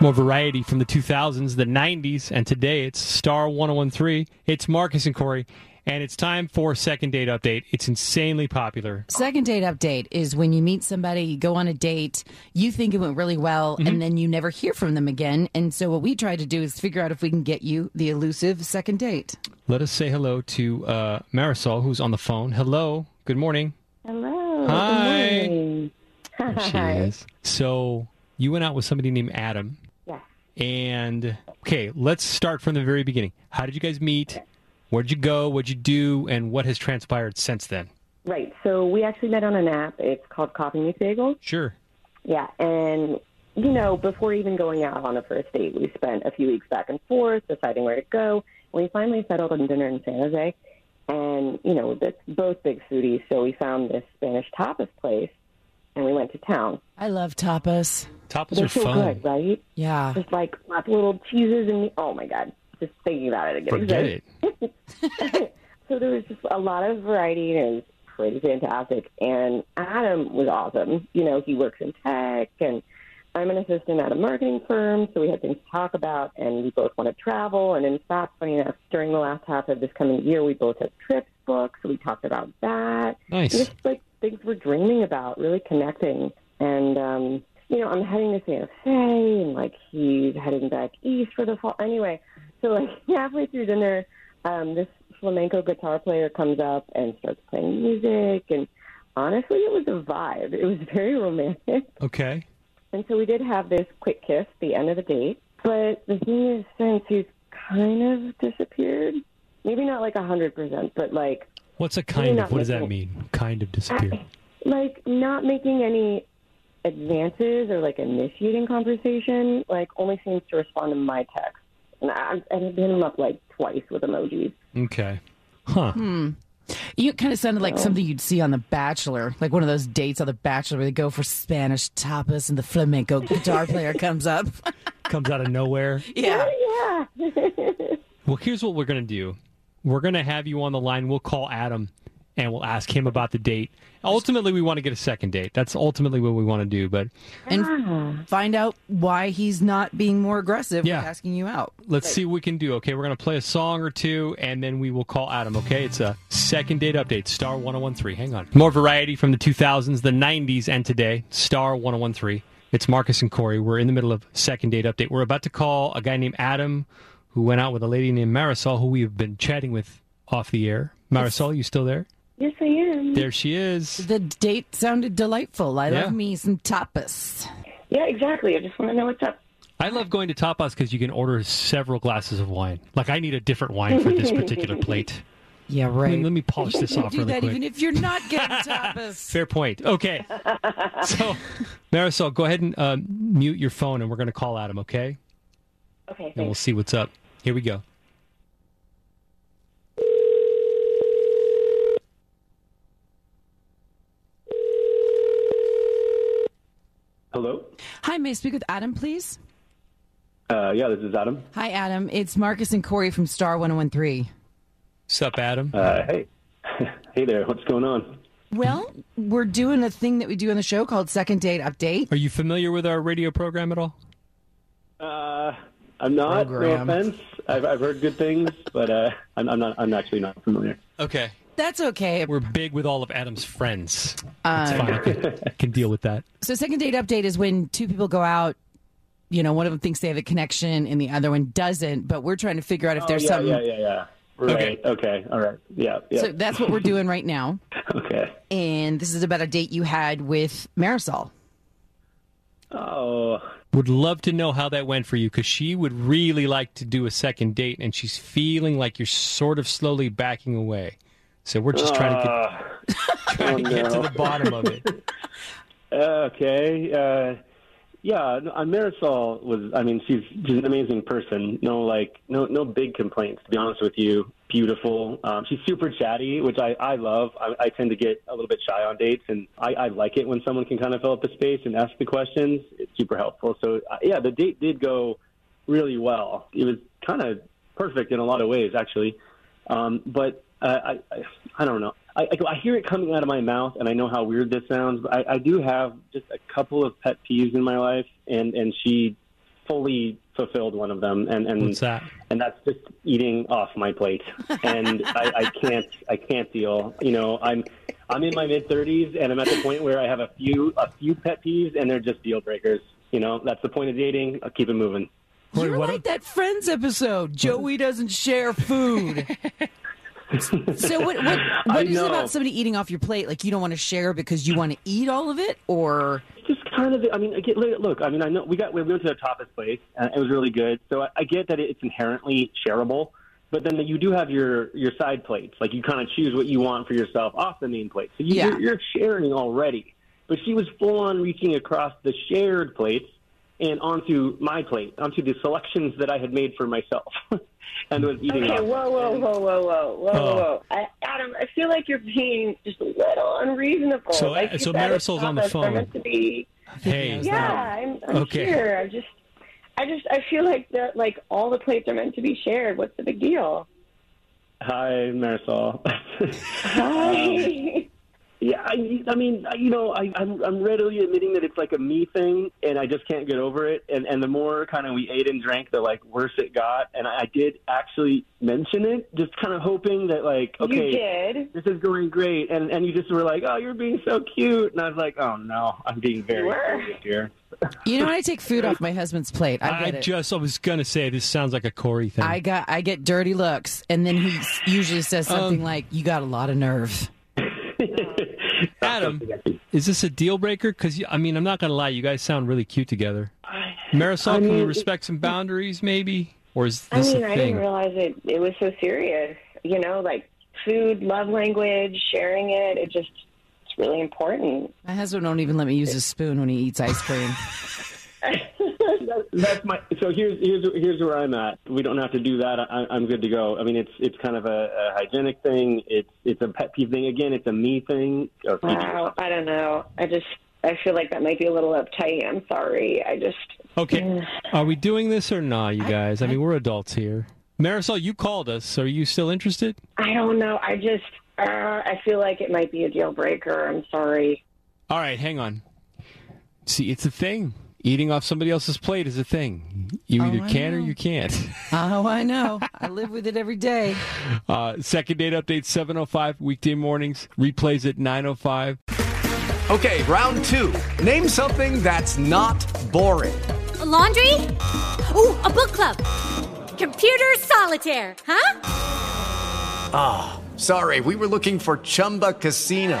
More variety from the 2000s, the 90s, and today it's Star 1013. It's Marcus and Corey, and it's time for Second Date Update. It's insanely popular. Second date update is when you meet somebody, you go on a date, you think it went really well, and then you never hear from them again. And so, what we try to do is figure out if we can get you the elusive second date. Let us say hello to uh, Marisol, who's on the phone. Hello. Good morning. Hello. Hi. Good morning. There she Hi. is. So you went out with somebody named Adam. Yes. And okay, let's start from the very beginning. How did you guys meet? Where'd you go? What'd you do? And what has transpired since then? Right. So we actually met on an app. It's called Coffee Meets Bagels. Sure. Yeah. And, you know, before even going out on a first date, we spent a few weeks back and forth deciding where to go. We finally settled on dinner in San Jose. And, you know, that's both big foodies. So we found this Spanish tapas place and we went to town. I love tapas. Topless They're or so fun? good, right? Yeah. Just like lots of little cheeses and, oh my God, just thinking about it again. Forget it. So there was just a lot of variety, and it was pretty fantastic. And Adam was awesome. You know, he works in tech, and I'm an assistant at a marketing firm, so we had things to talk about, and we both want to travel. And in fact, funny enough, during the last half of this coming year, we both have trips booked, so we talked about that. Nice. Just like things we're dreaming about, really connecting. And, um, you know, I'm heading to San Jose, and like he's heading back east for the fall. Anyway, so like halfway through dinner, um, this flamenco guitar player comes up and starts playing music. And honestly, it was a vibe. It was very romantic. Okay. And so we did have this quick kiss at the end of the date. But the thing is, since he's kind of disappeared, maybe not like a 100%, but like What's a You're kind of? not What does that making- mean? Kind of disappeared. like not making any advances or like initiating conversation. Like only seems to respond to my text, and I, I hit him up like twice with emojis. Okay. Huh. You kind of sounded like something you'd see on The Bachelor, like one of those dates on The Bachelor where they go for Spanish tapas and the flamenco guitar player comes up. Comes out of nowhere. yeah. Yeah, Well, here's what we're going to do. We're going to have you on the line. We'll call Adam and we'll ask him about the date. Ultimately, we want to get a second date. That's ultimately what we want to do. But And find out why he's not being more aggressive Yeah. with asking you out. let's see what we can do. Okay, we're going to play a song or two and then we will call Adam. Okay, it's a second date update, Star 1013. Hang on. More variety from the 2000s, the 90s, and today, Star 1013. It's Marcus and Corey. We're in the middle of second date update. We're about to call a guy named Adam who went out with a lady named Marisol who we've been chatting with off the air. Marisol, you still there? yes, I am. There she is. The date sounded delightful. I Yeah. love me some tapas. Yeah, exactly. I just want to know what's up. I love going to tapas because you can order several glasses of wine. Like I need a different wine for this particular plate. Yeah, I right. mean, let me polish this off do really that quick. even if you're not getting tapas. Fair point. Okay. so, Marisol, go ahead and uh, mute your phone, and we're going to call Adam. Okay, Okay, and we'll thanks. see what's up. Here we go. Hello. Hi, may I speak with Adam, please? Uh, yeah, this is Adam. Hi, Adam. It's Marcus and Corey from Star 1013. Sup, Adam? Uh, hey. hey there. What's going on? Well, we're doing a thing that we do on the show called Second Date Update. Are you familiar with our radio program at all? Uh, I'm not. Program. No offense. I've, I've heard good things, but uh, I'm, I'm not. I'm actually not familiar. Okay. That's okay. We're big with all of Adam's friends. Uh, It's fine. I can, can deal with that. So, Second Date Update is when two people go out. You know, one of them thinks they have a connection and the other one doesn't, but we're trying to figure out if there's yeah, something. yeah, yeah, yeah. Right. Okay. All right. Yeah. Yeah. So, that's what we're doing right now. okay. And this is about a date you had with Marisol. Oh. Would love to know how that went for you because she would really like to do a second date, and she's feeling like you're sort of slowly backing away. So we're just trying to Uh, Uh, get, trying to, get to the bottom of it. okay. Uh, Yeah, no, uh, Marisol was. I mean, she's she's an amazing person. No, like no no big complaints. To be honest with you, beautiful. Um, she's super chatty, which I I love. I, I tend to get a little bit shy on dates, and I, I like it when someone can kind of fill up the space and ask the questions. It's super helpful. So uh, yeah, the date did go really well. It was kind of perfect in a lot of ways, actually. Um, but uh, I, I, I don't know. I, I, I hear it coming out of my mouth, and I know how weird this sounds, but I, I do have just a couple of pet peeves in my life, and and she fully fulfilled one of them, and and What's that? and that's just eating off my plate, and I, I can't I can't deal. You know, I'm I'm in my mid 30s, and I'm at the point where I have a few a few pet peeves, and they're just deal breakers. You know, that's the point of dating. I'll keep it moving. Corey, You're what- like that Friends episode. Joey doesn't share food. so what? What, I what is it know. about somebody eating off your plate? Like you don't want to share because you want to eat all of it, or just kind of. I mean, I get, look. I mean, I know we got we went to a tapas place. And it was really good. So I, I get that it's inherently shareable, but then you do have your your side plates. Like you kind of choose what you want for yourself off the main plate. So you, Yeah. you're, you're sharing already. But she was full on reaching across the shared plates and onto my plate, onto the selections that I had made for myself, and was eating. Okay, off. whoa, whoa, whoa, whoa, whoa, whoa, Oh. whoa, whoa. I, Adam, I feel like you're being just a little unreasonable. So, like you so said, it's Marisol's not on the that they're phone. meant To be. Hey, Yeah, I'm, I'm Okay. here. I just, I just, I feel like that, like all the plates are meant to be shared. What's the big deal? Hi, Marisol. Hi. Yeah, I, I mean, I- you know, I, I'm, I'm readily admitting that it's like a me thing, and I just can't get over it. And and the more kind of we ate and drank, the like worse it got. And I, I did actually mention it, just kind of hoping that like, You okay, did. this is going great. And and you just were like, oh, you're being so cute, and I was like, oh no, I'm being very You were. serious here. you know, when I take food off my husband's plate, I I get it. just I was gonna say this sounds like a Corey thing. I got I get dirty looks, and then he s- usually says something like, "You got a lot of nerve." Adam, is this a deal breaker? Because I mean, I'm not gonna lie, you guys sound really cute together. Marisol, can we mean, respect some boundaries, maybe? Or is I this mean, a I thing? didn't realize it. It was so serious. You know, like food, love language, sharing it. It just, it's really important. My husband won't even let me use his spoon when he eats ice cream. That's my. So here's here's here's where I'm at. We don't have to do that. I, I'm good to go. I mean, it's it's kind of a, a hygienic thing. It's it's a pet peeve thing. Again, it's a me thing. Oh, Wow, I don't know. I just I feel like that might be a little uptight. I'm sorry. I just Okay, are we doing this or not, you guys? I, mean, we're adults here. Marisol, you called us. Are you still interested? I don't know. I just uh, I feel like it might be a deal breaker. I'm sorry. All right, hang on. See, it's a thing. Eating off somebody else's plate is a thing. You either I can or know. you can't. oh, I know. I live with it every day. Uh, second date update 705 weekday mornings. Replays at 905. Okay, round two. Name something that's not boring. laundry? Ooh, a book club. Computer solitaire, huh? Ah, Sorry, we were looking for Chumba Casino.